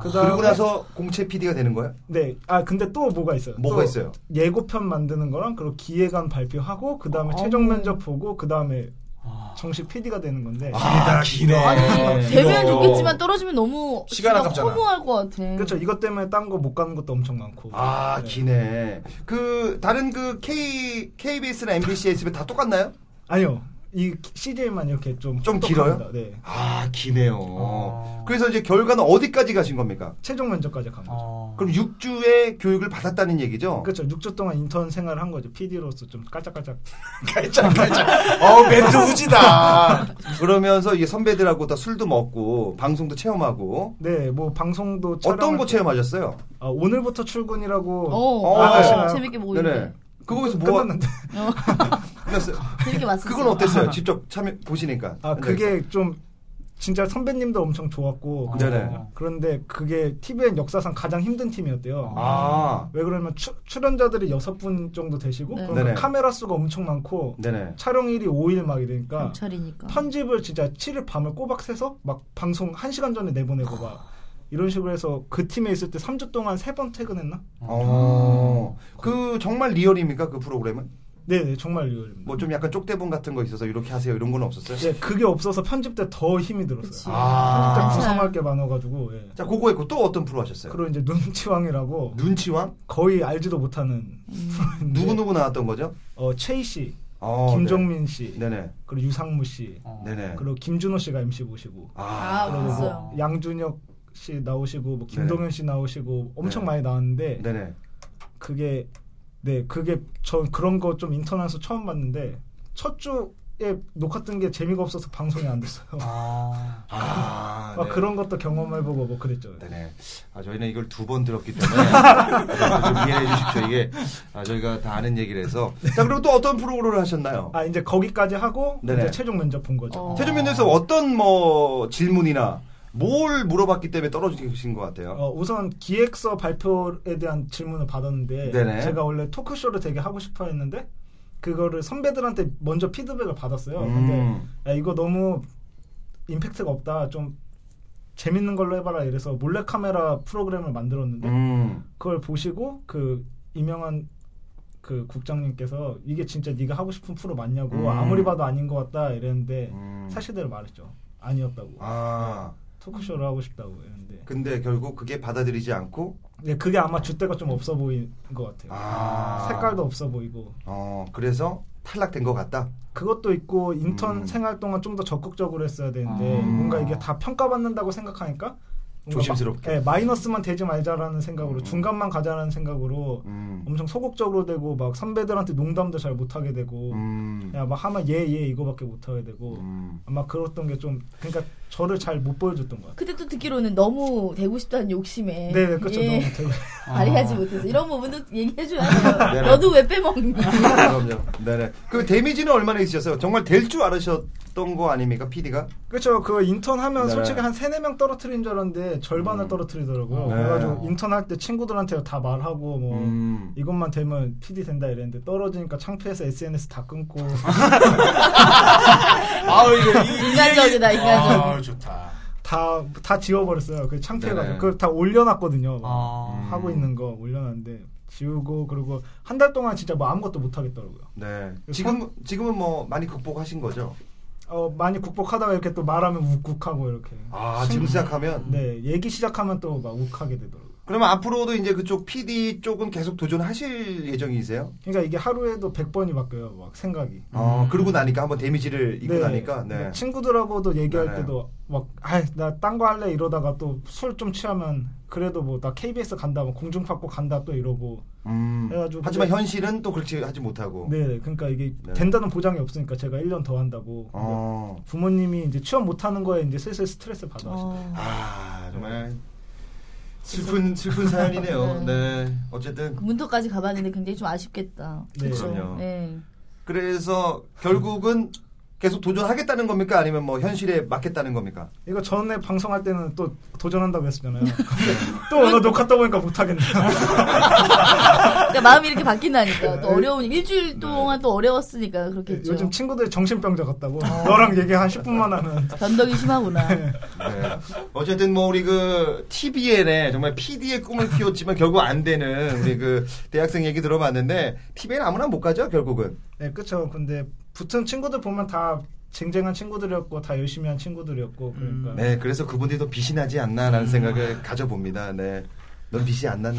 G: 그다음에
C: 그러고 나서 공채 PD가 되는 거예요?
G: 네. 아 근데 또 뭐가 있어요?
C: 뭐가
G: 또
C: 있어요?
G: 예고편 만드는 거랑 그리고 기획안 발표하고 그다음에 최종 면접 보고 그다음에 정식 PD가 되는 건데.
C: 아.
F: 길다 길어.
E: 아,
C: 네.
E: 아니, 되면 좋겠지만 떨어지면 너무
F: 시간
E: 진짜
F: 아깝잖아.
E: 허무할 것 같아.
G: 그렇죠. 이것 때문에 딴 거 못 가는 것도 엄청 많고.
C: 아, 기네. 그 다른 그 K KBS나 MBC에 있으면 다 똑같나요?
G: 아니요. 이 CJ만 이렇게 좀
C: 좀
G: 혹독합니다. 네.
C: 아, 기네요.
D: 어.
C: 그래서 이제 결과는 어디까지 가신 겁니까?
G: 최종 면접까지 간 거죠.
C: 어.
D: 어.
C: 그럼 6주의 교육을 받았다는 얘기죠?
G: 그렇죠. 6주 동안 인턴 생활을 한 거죠. PD로서 좀 깔짝깔짝.
F: 깔짝깔짝. 어 멘트 후지다.
C: 러면서 이게 선배들하고 다 술도 먹고 방송도 체험하고
G: 네, 뭐 방송도
C: 어떤
G: 촬영할
C: 거
G: 때-
C: 체험하셨어요?
G: 아, 오늘부터 출근이라고
E: 어,
C: 어,
E: 아,
C: 네.
E: 재밌게 보이네.
C: 네네. 그거에서 뭐
G: 끝났는데.
C: 끝났어요?
E: 재밌게 봤어.
C: 그건 어땠어요? 직접 참여 보시니까.
G: 아 그게 좀 진짜 선배님도 엄청 좋았고
C: 네네.
D: 어.
G: 그랬거든요. 그런데 그게 TVN 역사상 가장 힘든 팀이었대요.
C: 아,
G: 왜 그러면 추- 출연자들이 여섯 분 정도 되시고
E: 네.
G: 그러니까
C: 네네.
G: 카메라 수가 엄청 많고
C: 네네.
G: 촬영일이 5일 막 이러니까
E: 그렇죠. 경찰이니까.
G: 편집을 진짜 7일 밤을 꼬박 새서 막 방송 1시간 전에 내보내고 막 이런 식으로 해서 그 팀에 있을 때 3주 동안 3번 퇴근했나?
C: 어,
G: 아.
C: 그 정말 리얼입니까 그 프로그램은?
G: 네네 정말 리얼입니다.
C: 뭐 좀 약간 쪽대본 같은 거 있어서 이렇게 하세요 이런 건 없었어요?
G: 예, 그게 없어서 편집 때 더 힘이 들었어요.
E: 그치.
C: 아.
G: 진짜 구성할 게 많아가지고 예.
C: 자 그거 했고 또 어떤 프로 하셨어요?
G: 그리고 이제 눈치왕이라고
C: 눈치왕
G: 거의 알지도 못하는
E: 음.
G: 프로인데
C: 누구 누구 나왔던 거죠?
G: 어, 최희 씨,
C: 어,
G: 네. 김종민 씨,
C: 네. 네네
G: 그리고 유상무 씨,
D: 어.
C: 네네.
G: 그리고 김준호 씨가 MC 보시고,
E: 아,
G: 그리고 뭐
E: 봤어요.
G: 양준혁 씨 나오시고, 뭐 김동현
C: 네네.
G: 씨 나오시고 엄청
C: 네.
G: 많이 나왔는데
C: 네네.
G: 그게 네 그게 전 그런 거 좀 인터넷에서 처음 봤는데 첫 주에 녹화 뜬 게 재미가 없어서 방송이 안 됐어요.
D: 아,
C: 아,
G: 막 그런 것도 경험해보고 뭐 그랬죠.
C: 네네. 아, 저희는 이걸 두 번 들었기 때문에 여러분들 좀 이해해 주십시오. 이게 아, 저희가 다 아는 얘기를 해서. 자, 그리고 또 어떤 프로그램을 하셨나요?
G: 아 이제 거기까지 하고
C: 네네.
G: 이제 최종 면접 본 거죠.
E: 어.
C: 최종면에서 어떤 뭐 질문이나 뭘 물어봤기 때문에 떨어지신 것 같아요?
G: 어, 우선 기획서 발표에 대한 질문을 받았는데
C: 네네.
G: 제가 원래 토크쇼를 되게 하고 싶어 했는데 그거를 선배들한테 먼저 피드백을 받았어요.
C: 음.
G: 근데 야, 이거 너무 임팩트가 없다. 좀 재밌는 걸로 해봐라 이래서 몰래카메라 프로그램을 만들었는데
C: 음.
G: 그걸 보시고 그 임명한 그 국장님께서 이게 진짜 네가 하고 싶은 프로 맞냐고
C: 음.
G: 아무리 봐도 아닌 것 같다 이랬는데
C: 음.
G: 사실대로 말했죠. 아니었다고.
C: 아,
G: 토크쇼를 하고 싶다고 이랬는데
C: 근데 결국 그게 받아들이지 않고
G: 네, 그게 아마 줏대가 좀 없어 보인 것 같아요.
C: 아.
G: 네. 색깔도 없어 보이고
C: 어, 그래서 탈락된 것 같다.
G: 그것도 있고 인턴
C: 음.
G: 생활 동안 좀 더 적극적으로 했어야 되는데
D: 아.
G: 뭔가 이게 다 평가받는다고 생각하니까 뭔가
C: 조심스럽게.
G: 마, 네, 마이너스만 되지 말자라는 생각으로 중간만 가자라는 생각으로
C: 음.
G: 엄청 소극적으로 되고 막 선배들한테 농담도 잘 못하게 되고
C: 음.
G: 그냥 막 하면 얘 얘 이거밖에 못하게 되고
C: 음.
G: 아마 그랬던 게 좀 그러니까 저를 잘 못 보여줬던 것 같아요.
E: 그때 또 듣기로는 너무 되고 싶다는 욕심에
G: 네, 네, 그렇죠.
E: 예,
G: 너무 되고
E: 발휘하지
C: 아.
E: 못해서 이런 부분도 얘기해줘야 돼요.
C: 네.
E: 너도 왜 빼먹니?
G: 아,
C: 그럼요. 네네. 그 데미지는 얼마나 있으셨어요? 정말 될 줄 알으셨던 거 아닙니까, PD가?
G: 그렇죠. 그 인턴 하면
C: 네.
G: 솔직히 한 세네 명 떨어뜨린 줄 알았는데 절반을 떨어뜨리더라고요.
C: 네.
G: 그래가지고 인턴 할 때 친구들한테 다 말하고 뭐
C: 음.
G: 이것만 되면 PD 된다 이랬는데 떨어지니까 창피해서 SNS 다 끊고
F: 아 이거 이-
E: 인간적이다, 인간적.
F: 아 좋다.
G: 다 다 지워버렸어요. 그 창피해가지고
C: 네네.
G: 그걸 다 올려놨거든요. 막
D: 아.
G: 하고 있는 거 올려놨는데 지우고 그리고 한 달 동안 진짜 뭐 아무것도 못 하겠더라고요.
C: 네. 지금 지금은 뭐 많이 극복하신 거죠?
G: 어, 많이 극복하다가 이렇게 또 말하면 욱욱하고 이렇게
C: 아 지금 시작하면.
G: 네 얘기 시작하면 또 막 욱하게 되더라고요.
C: 그러면 앞으로도 이제 그쪽 PD 쪽은 계속 도전하실 예정이세요?
G: 그러니까 이게 하루에도 100번이 바뀌어요. 막 생각이.
C: 어 그러고 나니까 한번 데미지를 입고 나니까. 네.
G: 뭐 친구들하고도 얘기할
C: 네네.
G: 때도 막아나딴 거 할래 이러다가 또 술 좀 취하면 그래도 뭐 나 KBS 간다 뭐 공중파고 간다 또 이러고
C: 음.
G: 해가지고
C: 하지만
G: 근데-
C: 현실은 또 그렇게 하지 못하고.
G: 네 그러니까 이게
C: 네.
G: 된다는 보장이 없으니까 제가 1년 더 한다고 근데
C: 어.
G: 부모님이 이제 취업 못하는 거에 이제 슬슬 스트레스 받아
E: 어.
G: 하시더라고요.
C: 아
G: 네.
C: 정말 슬픈 슬픈 사연이네요. 네. 어쨌든
E: 그 문턱까지 가봤는데 굉장히 좀 아쉽겠다.
G: 네.
E: 그쵸?
C: 그럼요.
E: 네.
C: 그래서 결국은 계속 도전하겠다는 겁니까? 아니면 뭐 현실에 맞겠다는 겁니까?
G: 이거 전에 방송할 때는 또 도전한다고 했었잖아요 근데 또 오늘 녹화 떠보니까 못하겠네
E: 그러니까 마음이 이렇게 바뀐다니까. 또 어려운 일주일 동안 또 어려웠으니까 그렇겠죠.
G: 네. 요즘 친구들이 정신병자 같다고 너랑 얘기 한 10분만 하면
E: 변덕이 심하구나.
C: 네. 어쨌든 뭐 우리 그 TBN에 정말 PD의 꿈을 키웠지만 결국 안 되는 우리 그 대학생 얘기 들어봤는데 TBN 아무나 못 가죠 결국은.
G: 네, 그렇죠. 근데 붙은 친구들 보면 다 쟁쟁한 친구들이었고 다 열심히 한 친구들이었고 그러니까
C: 네. 그래서 그분들이 더 빛이 나지
G: 음.
C: 않나라는 생각을 가져봅니다. 네. 넌 빛이 안 났네.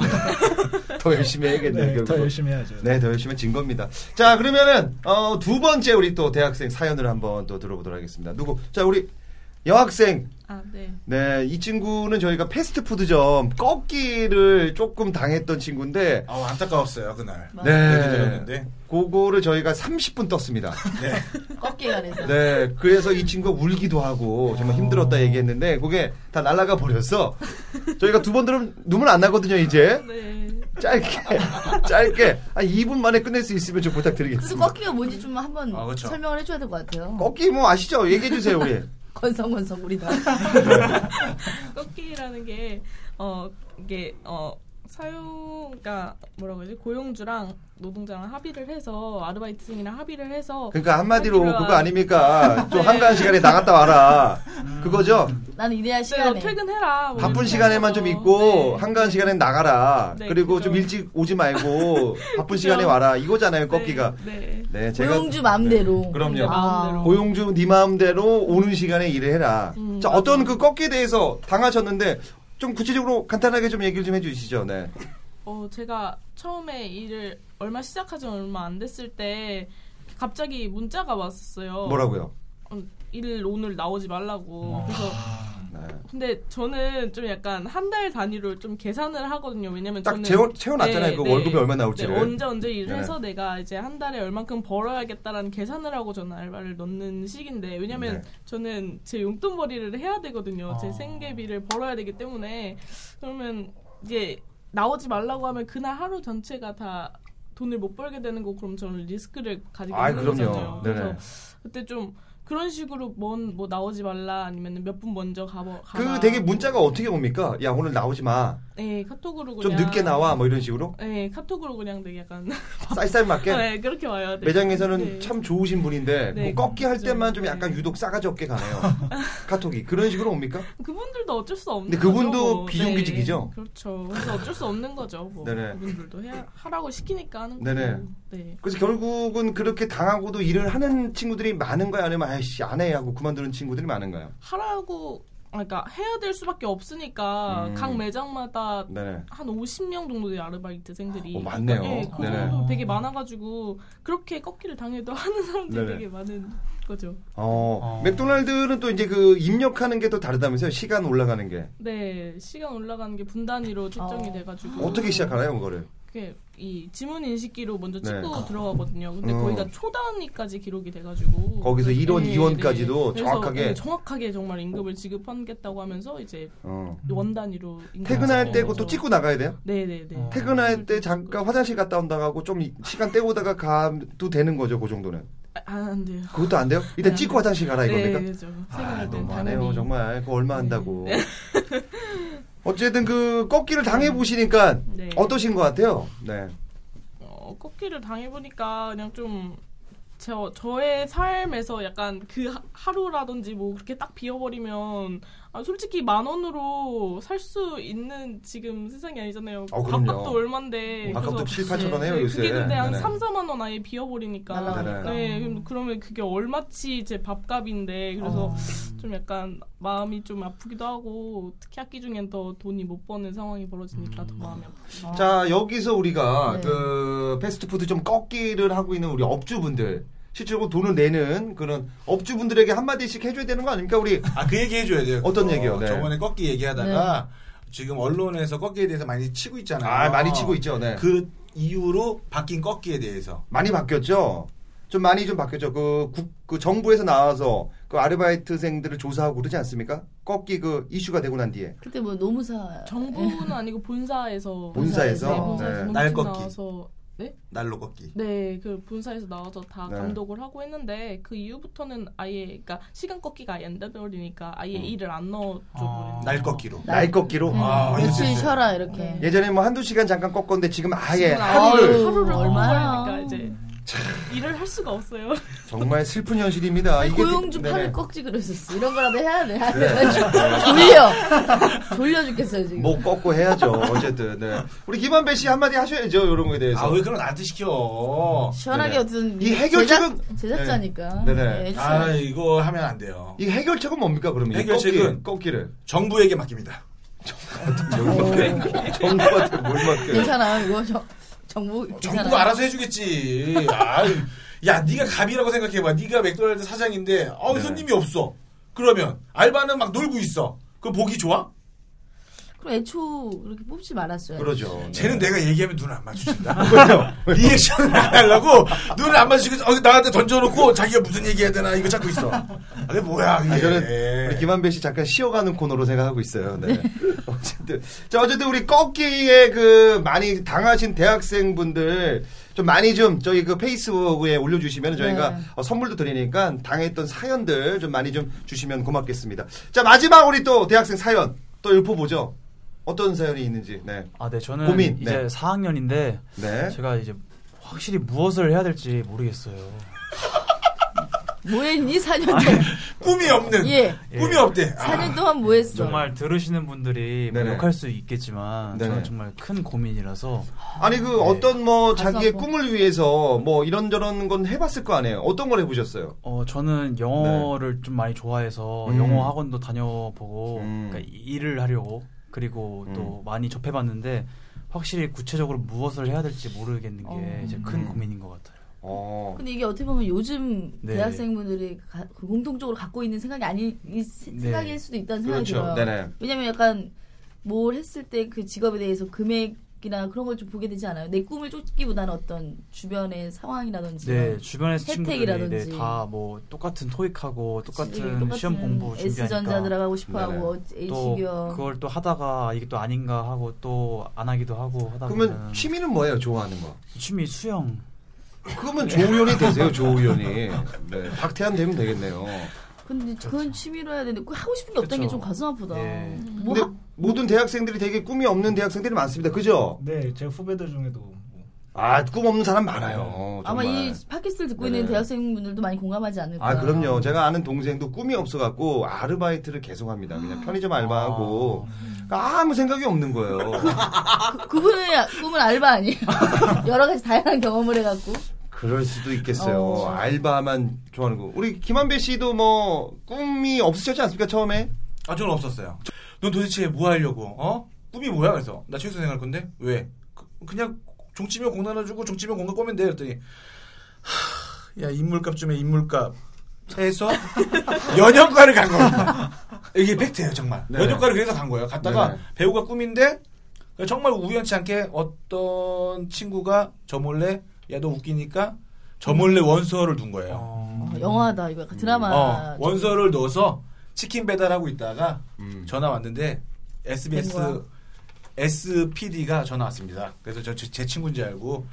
C: 더 열심히 해야겠네.
G: 네,
C: 요
G: 더 열심히 해야죠.
C: 네, 더 열심히 진 겁니다. 자, 그러면은 어, 두 번째 우리 또 대학생 사연을 한번 또 들어보도록 하겠습니다. 누구? 자, 우리 여학생.
H: 아, 네.
C: 네, 이 친구는 저희가 패스트푸드점 꺾기를 조금 당했던 친구인데
F: 아우 안타까웠어요 그날.
H: 아.
C: 네.
F: 얘기 들었는데.
C: 그거를 저희가 30분 떴습니다.
F: 네.
E: 꺾게 가래서.
C: 네. 그래서 이 친구가 울기도 하고 정말 힘들었다 얘기했는데 그게 다 날아가 버려서 저희가 두 번 들으면 눈물 안 나거든요, 이제.
H: 네.
C: 짧게, 짧게. 한 2분 만에 끝낼 수 있으면 좀
E: 그래서
C: 부탁드리겠습니다.
E: 꺾기가 뭔지 좀 한번
F: 아,
C: 그렇죠.
F: 그쵸.
E: 설명을 해줘야 될 것 같아요.
C: 꺾기 뭐 아시죠? 얘기해주세요, 우리.
E: 건성건성 우리다.
H: 꺾기라는 게, 어, 이게, 어, 사용, 그니까, 뭐라고 그러지? 고용주랑 노동자랑 합의를 해서, 아르바이트생이랑 합의를 해서.
C: 그러니까 한마디로
H: 꺾기로
C: 그거
H: 하-
C: 아닙니까?
H: 네.
C: 좀
H: 음.
C: 한가한 시간에 나갔다 와라. 그거죠?
E: 나는 이래야
H: 네, 어,
E: 시간에.
H: 퇴근해라. 뭐
C: 바쁜
H: 이렇게
C: 시간에만 좀
H: 해서.
C: 있고
H: 네.
C: 한가한 시간엔 나가라.
H: 네,
C: 그리고
H: 그죠.
C: 좀 일찍 오지 말고 바쁜
H: 그죠.
C: 시간에 와라. 이거잖아요,
H: 네,
C: 꺾기가.
H: 네.
C: 네, 제가
E: 고용주 마음대로.
C: 네, 그럼요.
E: 아,
H: 마음대로.
C: 고용주 네 마음대로 오는 시간에 일을 해라.
H: 음,
C: 자, 어떤 그 꺾기에 대해서 당하셨는데 좀 구체적으로 간단하게 좀 얘기를 좀 해주시죠. 네.
H: 어, 제가 처음에 일을 얼마 시작하지 얼마 안 됐을 때 갑자기 문자가 왔었어요.
C: 뭐라고요?
H: 어, 일 오늘 나오지 말라고. 그래서
C: 네.
H: 근데 저는 좀 약간 한 달 단위로 좀 계산을 하거든요. 왜냐면
C: 딱
H: 저는
C: 채워- 채워놨잖아요. 그 월급이 얼마 나올지를.
H: 네, 언제 언제 일을
C: 네네.
H: 해서 내가 이제 한 달에 얼만큼 벌어야겠다라는 계산을 하고 저는 알바를 넣는 시기인데 왜냐면
C: 네.
H: 저는 제 용돈벌이를 해야 되거든요.
D: 아.
H: 제 생계비를 벌어야 되기 때문에 그러면 이제 나오지 말라고 하면 그날 하루 전체가 다 돈을 못 벌게 되는 거 그럼 저는 리스크를 가지게
C: 아,
H: 되는
C: 그럼요.
H: 거잖아요. 그래서
C: 네네.
H: 그때 좀 그런 식으로 뭔 뭐 나오지 말라 아니면 몇 분 먼저 가버
C: 그
H: 가라.
C: 되게 문자가 어떻게 옵니까? 야, 오늘 나오지 마.
H: 네 카톡으로
C: 좀
H: 그냥
C: 늦게 나와. 뭐 이런 식으로.
H: 네 카톡으로 그냥 되게 약간
C: 쌀쌀 맞게.
H: 네 그렇게 와요. 네.
C: 그러니까 매장에서는
H: 네.
C: 참 좋으신 분인데
H: 네,
C: 뭐 꺾기 할
H: 그렇죠.
C: 때만 좀
H: 네.
C: 약간 유독 싸가지 없게 가네요. 카톡이 그런 식으로 옵니까?
H: 그분들도 어쩔 수 없는.
C: 근데 그분도
H: 거죠, 뭐.
C: 비정규직이죠?
H: 네, 그렇죠. 그래서 어쩔 수 없는 거죠. 뭐.
C: 네네.
H: 그분들도 해야, 하라고 시키니까 하는 거고.
C: 네네.
H: 네.
C: 그래서 결국은 그렇게 당하고도 일을 하는 친구들이 많은가요? 아니면 아이씨 안 해 하고 그만두는 친구들이 많은가요?
H: 하라고 아, 그러니까 해야 될 수밖에 없으니까
C: 음.
H: 각 매장마다
C: 네네.
H: 한 50명 정도 의 아르바이트생들이
C: 어, 많네요.
H: 예, 그
C: 네네.
H: 정도 되게 많아가지고 그렇게 꺾기를 당해도 하는 사람들이
C: 네네.
H: 되게 많은 거죠.
C: 어,
D: 어.
C: 맥도날드는 또 이제 그 입력하는 게 또 다르다면서요? 시간 올라가는 게
H: 네, 시간 올라가는 게 분단위로 책정이
E: 어.
H: 돼가지고
C: 어떻게 시작하나요, 그거를?
H: 그게 이 지문 인식기로 먼저
C: 네.
H: 찍고 들어가거든요. 근데
C: 음.
H: 거기가 초단위까지 기록이 돼가지고
C: 거기서 일원,
H: 네,
C: 이원까지도
H: 네. 그래서,
C: 정확하게?
H: 네, 정확하게 정말 임금을 지급하겠다고 하면서 이제
C: 어.
H: 원 단위로 임금을
C: 퇴근할 때
H: 지급해서.
C: 그거 또 찍고 나가야 돼요? 어.
H: 네네네.
C: 퇴근할 때 잠깐 화장실 갔다 온다고 하고 좀 시간 때우다가 가도 되는 거죠, 그 정도는.
H: 아, 안 돼요.
C: 그것도 안 돼요? 일단
H: 네,
C: 찍고 화장실 가라 이겁니까?
H: 네, 그죠.
C: 아,
H: 퇴근할 때
C: 너무하네요,
H: 당연히. 네.
C: 정말. 그거 얼마 한다고. 어쨌든 그 꺾기를 당해보시니까
H: 네.
C: 어떠신 것 같아요? 네.
H: 어, 꺾기를 당해보니까 그냥 좀. 저, 저의 삶에서 약간 그 하- 하루라든지 뭐 그렇게 딱 비워버리면 아, 솔직히 만 원으로 살 수 있는 지금 세상이 아니잖아요.
C: 어, 그럼요.
H: 밥값도 얼만데.
C: 아까부터
H: 그래서
C: 7, 8천 원 해요,
H: 네,
C: 요새.
H: 그게 근데 한
C: 네네.
H: 3, 4만 원 아예 비워버리니까.
C: 날라가니까.
H: 네, 그럼- 그러면 그게 얼마치 제 밥값인데 그래서
G: 어.
H: 좀 약간 마음이 좀 아프기도 하고 특히 학기 중엔 더 돈이 못 버는 상황이 벌어지니까 더 마음이 아프죠.
C: 자 여기서 우리가
E: 네.
C: 그 패스트푸드 좀 꺾기를 하고 있는 우리 업주분들 실제로 돈을 내는 그런 업주분들에게 한마디씩 해줘야 되는 거 아닙니까 우리
F: 아, 그 얘기 해줘야 돼요.
C: 어떤
F: 그거.
C: 얘기요? 네.
F: 저번에 꺾기 얘기하다가
E: 네.
F: 지금 언론에서 꺾기에 대해서 많이 치고 있잖아요.
C: 아 많이 치고 있죠 네
F: 그 이후로 바뀐 꺾기에 대해서.
C: 많이 바뀌었죠 좀 많이 좀 바뀌었죠 그, 국, 그 정부에서 나와서 그 아르바이트생들을 조사하고 그러지 않습니까 꺾기 그 이슈가 되고 난 뒤에
E: 그때 뭐 노무사 예.
H: 정부는 아니고 본사에서
C: 본사에서?
H: 네, 본사에서
C: 네.
H: 논평
F: 날 꺾기.
H: 나와서
F: 날로 꺾기.
H: 네, 그 본사에서 나와서 다
C: 네.
H: 감독을 하고 했는데 그 이후부터는 아예 그러니까 시간 꺾기가 아예 안 돼버리니까
C: 음.
H: 아예 일을 안 넣어줘 버리는
F: 날 꺾기로.
C: 날 꺾기로
E: 네.
F: 아,
E: 며칠
F: 이랬어요.
E: 쉬어라 이렇게.
C: 예전에 뭐 한두 시간 잠깐 꺾었는데 지금 아예
H: 지금
C: 하루를
E: 아유.
H: 네. 하루를
E: 얼마야.
H: 얼마니까 이제 일을 할 수가 없어요.
C: 정말 슬픈 현실입니다 이게
E: 고용주
C: 네,
E: 팔을
C: 네.
E: 꺾지 그랬었어. 이런 거라도 해야 돼. 아,
C: 네.
E: 졸려. 졸려 죽겠어요 지금.
C: 뭐 꺾고 해야죠 어쨌든 네. 우리 김한배 씨 한마디 하셔야죠 이런 거에 대해서
F: 아, 왜 그런 나한테 시켜?
E: 시원하게
C: 네네.
E: 어떤
C: 이 해결책은- 네.
E: 제작, 제작자니까.
C: 네네.
E: 네, 해주세요.
F: 아, 이거 하면 안 돼요.
C: 이 해결책은 뭡니까 그러면?
F: 해결책은?
C: 꺾기, 를
F: 정부에게 맡깁니다.
C: 정부한테 뭘 맡겨요?
E: 괜찮아요 이거 저, 정부
C: 어,
E: 괜찮아요.
F: 정부가 알아서 해주겠지. 아유, 야, 네가 갑이라고 생각해봐. 네가 맥도날드 사장인데, 어,
C: 네.
F: 손님이 없어. 그러면 알바는 막 놀고 있어. 그 보기 좋아?
E: 그럼 애초 그렇게 뽑지 말았어요.
C: 그러죠. 네.
F: 쟤는 내가 얘기하면 눈을 안 맞추신다. 리액션을 안 하려고 눈을 안 맞추고 어, 나한테 던져놓고 자기가 무슨 얘기해야 되나 이거 찾고 있어. 아, 그게 뭐야 그게.
C: 아,
F: 네.
C: 저는 우리 김한배 씨 잠깐 쉬어가는 코너로 생각하고 있어요. 네. 어쨌든 자 어쨌든 우리 꺾기에 그 많이 당하신 대학생분들 좀 많이 좀 저희 그 페이스북에 올려주시면 저희가
E: 네.
C: 어, 선물도 드리니까 당했던 사연들 좀 많이 좀 주시면 고맙겠습니다. 자 마지막 우리 또 대학생 사연 또 읊어보죠. 어떤 사연이 있는지. 네.
D: 아, 네, 저는
C: 고민,
D: 이제
C: 네.
D: 4학년인데
C: 네.
D: 제가 이제 확실히 무엇을 해야 될지 모르겠어요.
E: 뭐했니 4년 전?
F: 꿈이 없는.
E: 예.
F: 꿈이 없대. 아,
E: 4년 동안 뭐했어?
D: 정말 들으시는 분들이 뭐
C: 네. 네네.
D: 욕할 수 있겠지만
C: 네네.
D: 저는 정말 큰 고민이라서
C: 아니 그 어떤 뭐
E: 네. 가수
C: 자기의
E: 한번.
C: 꿈을 위해서 뭐 이런저런 건 해봤을 거 아니에요. 어떤 걸 해보셨어요?
D: 어 저는 영어를 좀 많이 좋아해서
C: 네. 음.
D: 영어 학원도 다녀보고
C: 음.
D: 그러니까 일을 하려고 그리고 또 많이 접해봤는데 확실히 구체적으로 무엇을 해야 될지 모르겠는 게
E: 어.
D: 이제 큰
C: 음.
D: 고민인 것 같아요.
C: 어.
E: 근데 이게 어떻게 보면 요즘
D: 네.
E: 대학생분들이 가- 그 공통적으로 갖고 있는 생각이 아니 이 세-
D: 네.
E: 생각일 수도 있다는 생각이
C: 그렇죠.
E: 들어요.
C: 네네.
E: 왜냐면 약간 뭘 했을 때 그 직업에 대해서 금액이나 그런 걸 좀 보게 되지 않아요. 내 꿈을 쫓기보다는 어떤 주변의 상황이라든지
D: 네 주변에서 친구들이
E: 혜택이라든지.
D: 네, 다뭐 똑같은 토익하고 똑같은, 시험 공부
E: 예, S전자
D: 준비하니까
E: 들어가고 싶어하고
D: 또
E: H기업
D: 그걸 또 하다가 이게 또 아닌가 하고 또 안 하기도 하고 하다
C: 그러면
D: 보면
C: 취미는 뭐예요? 좋아하는 거?
D: 취미 수영
C: 그러면 조우연이 되세요. 조우연이. 네. 박태환 되면 되겠네요.
E: 근데 그건 취미로 해야 되는데 그 하고 싶은 게 없다는 게
D: 그렇죠.
E: 좀
D: 그쵸.
E: 가슴 아프다.
D: 예.
E: 뭐
C: 근데
E: 하-
C: 모든 대학생들이 되게 꿈이 없는 대학생들이 많습니다. 그죠?
G: 네, 제 후배들 중에도 뭐
C: 아, 꿈 없는 사람 많아요. 정말.
E: 네. 아마 이 팟캐스트를 듣고
C: 네.
E: 있는 대학생분들도 많이 공감하지 않을까.
C: 아, 그럼요. 제가 아는 동생도 꿈이 없어갖고 아르바이트를 계속합니다. 그냥 편의점 알바하고 그러니까 아무 생각이 없는 거예요.
E: 그, 그분의 꿈은 알바 아니에요. 여러 가지 다양한 경험을 해갖고.
C: 그럴 수도 있겠어요.
E: 어.
C: 알바만 좋아하는 거. 우리 김한배 씨도 뭐 꿈이 없으셨지 않습니까 처음에?
F: 아, 저는 없었어요. 저- 넌 도대체 뭐 하려고? 어? 꿈이 뭐야? 그래서 나 최수생 할 건데 왜? 그, 냥 종치면 공 나눠주고 종치면 공과 꼬면 돼. 그랬더니 하, 야 인물값 좀 해 인물값 해서 연영과를 간 겁니다. 이게 팩트예요 정말.
C: 네.
F: 연영과를 그래서 간 거예요. 갔다가
C: 네.
F: 배우가 꿈인데 정말 우연치 않게 어떤 친구가 저 몰래 야 너 웃기니까 저 몰래 원서를 둔 거예요.
D: 어,
E: 아, 영화다 이거 약간 드라마.
F: 어, 원서를 넣어서 치킨 배달하고 있다가 전화 왔는데 SBS
E: 된 거야.
F: SPD가 전화 왔습니다. 그래서 저 제 친구인 줄 알고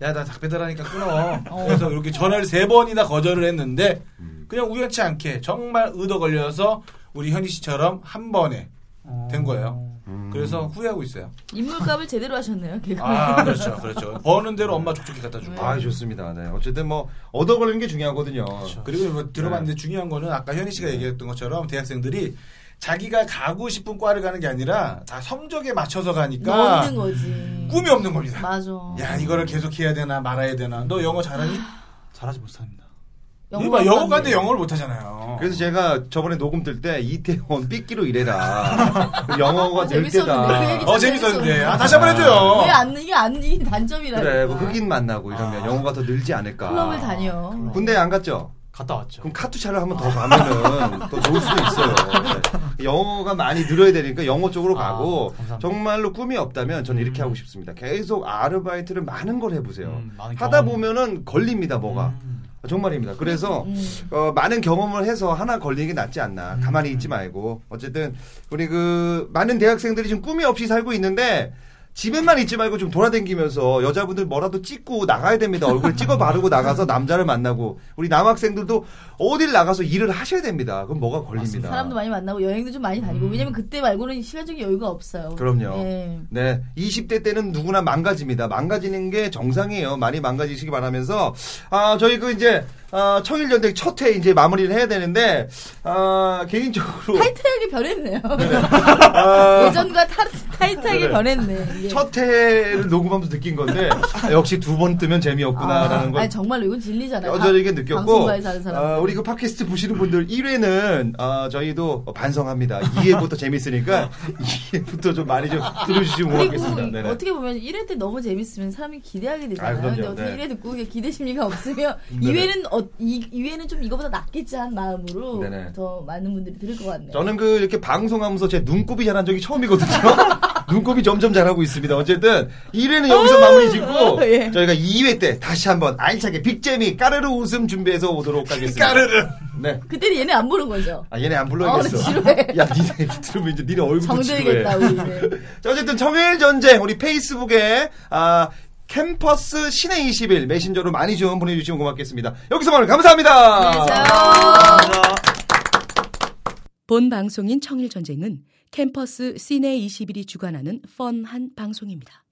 F: 야 나 닭 배달하니까 끊어. 그래서 이렇게 전화를 세 번이나 거절을 했는데 그냥 우연치 않게 정말 의도 걸려서 우리 현희 씨처럼 한 번에 된 거예요. 그래서 후회하고 있어요.
E: 인물값을 제대로 하셨네요. 개그.
F: 아 그렇죠, 그렇죠. 버는 대로 엄마 족족히 갖다 주고.
C: 아 좋습니다. 네. 어쨌든 뭐 얻어 걸리는 게 중요하거든요.
F: 그리고 뭐
C: 네.
F: 들어봤는데 중요한 거는 아까 현희 씨가 얘기했던 것처럼 대학생들이 자기가 가고 싶은 과를 가는 게 아니라 다 성적에 맞춰서
E: 너
F: 가니까
E: 뭐 없는 거지.
F: 그러니까 꿈이 없는 겁니다.
E: 맞아.
F: 야뭐 이거를 계속 해야 되나 말아야 되나? 너 영어 잘하니?
D: 잘하지 못합니다.
F: 이봐 영어 가는데 영어를 못하잖아요.
C: 그래서 제가 저번에 녹음 들 때 이태원 삐끼로 일해라. 영어가 늘
E: 재밌었는데 그
C: 때다.
E: 얘기
F: 어 재밌었는데 아, 다시 한번 해줘요.
E: 왜안 이게 안이 단점이라.
C: 그래, 뭐 흑인 만나고 이러면 영어가 더 늘지 않을까.
E: 아. 클럽을 다녀.
C: 군대 안 갔죠?
D: 갔다 왔죠.
C: 그럼 카투샤를 한번 더 가면은 더 좋을 수도 있어요. 네. 영어가 많이 늘어야 되니까 영어 쪽으로
D: 아,
C: 가고
D: 감사합니다.
C: 정말로 꿈이 없다면 저는 이렇게 하고 싶습니다. 계속 아르바이트를 많은 걸 해보세요.
D: 음, 많은
C: 하다
D: 경험. 음.
C: 보면은 걸립니다, 뭐가. 정말입니다. 그래서 어, 많은 경험을 해서 하나 걸리는 게 낫지 않나.
D: 음.
C: 가만히 있지 말고 어쨌든 우리 그 많은 대학생들이 지금 꿈이 없이 살고 있는데. 집에만 있지 말고 좀 돌아다니면서 여자분들 뭐라도 찍고 나가야 됩니다. 얼굴에 찍어 바르고 나가서 남자를 만나고 우리 남학생들도 어딜 나가서 일을 하셔야 됩니다. 그럼 뭐가 걸립니다.
E: 사람도 많이 만나고 여행도 좀 많이 다니고 왜냐면 그때 말고는 시간적인 여유가 없어요.
C: 그럼요.
E: 예.
C: 네. 20대 때는 누구나 망가집니다. 망가지는 게 정상이에요. 많이 망가지시기 바라면서, 아, 저희 그 이제, 아, 청일전쟁 첫회 이제 마무리를 해야 되는데, 아, 개인적으로.
E: 타이트하게 변했네요.
C: 아,
E: 예전과 타, 타이트하게
C: 그래.
E: 변했네. 예.
C: 첫 회를 녹음하면서 느낀 건데, 아, 역시 두 번 뜨면 재미없구나라는 걸
E: 아니 정말로 이건 진리잖아요.
C: 여전히 느꼈고
E: 네, 방송가에서 하는 사람.
C: 아, 우리 그 팟캐스트 보시는 분들 1회는 아, 저희도 반성합니다. 2회부터 재밌으니까 2회부터 좀 많이 좀 들어주시면
E: 그리고
C: 고맙겠습니다. 네네.
E: 어떻게 보면 1회 때 너무 재밌으면 사람이 기대하게 되잖아요.
C: 아, 그럼요.
E: 근데
C: 네.
E: 어떻게 1회 듣고 이게 기대 심리가 없으면
C: 네네.
E: 2회는 어, 이, 2회는 좀 이거보다 낫겠지 한 마음으로
C: 네네.
E: 더 많은 분들이 들을 것 같네요.
C: 저는 그 이렇게 방송하면서 제 눈곱이 자란 적이 처음이거든요. 눈곱이 점점 자라고 있습니다. 어쨌든 1회는 여기서 마무리 짓고
E: 어, 예.
C: 저희가 2회 때 다시 한번 알차게 빅재미 까르르 웃음 준비해서 오도록 하겠습니다. 까르르. 네.
E: 그때는 얘네 안 보는 거죠.
C: 아 얘네 안 불러야겠어.
E: 어, 지루해.
C: 야 니네 들으면 이제 니네 얼굴도 지루해.
E: 정들겠다 우리는.
C: 자, 어쨌든 청일 전쟁 우리 페이스북에 아, 캠퍼스 신의 21 메신저로 많이 좀 보내주시면 고맙겠습니다. 여기서 오늘 네, 감사합니다.
A: 본 방송인 청일전쟁은 캠퍼스 시내 21이 주관하는 펀한 방송입니다.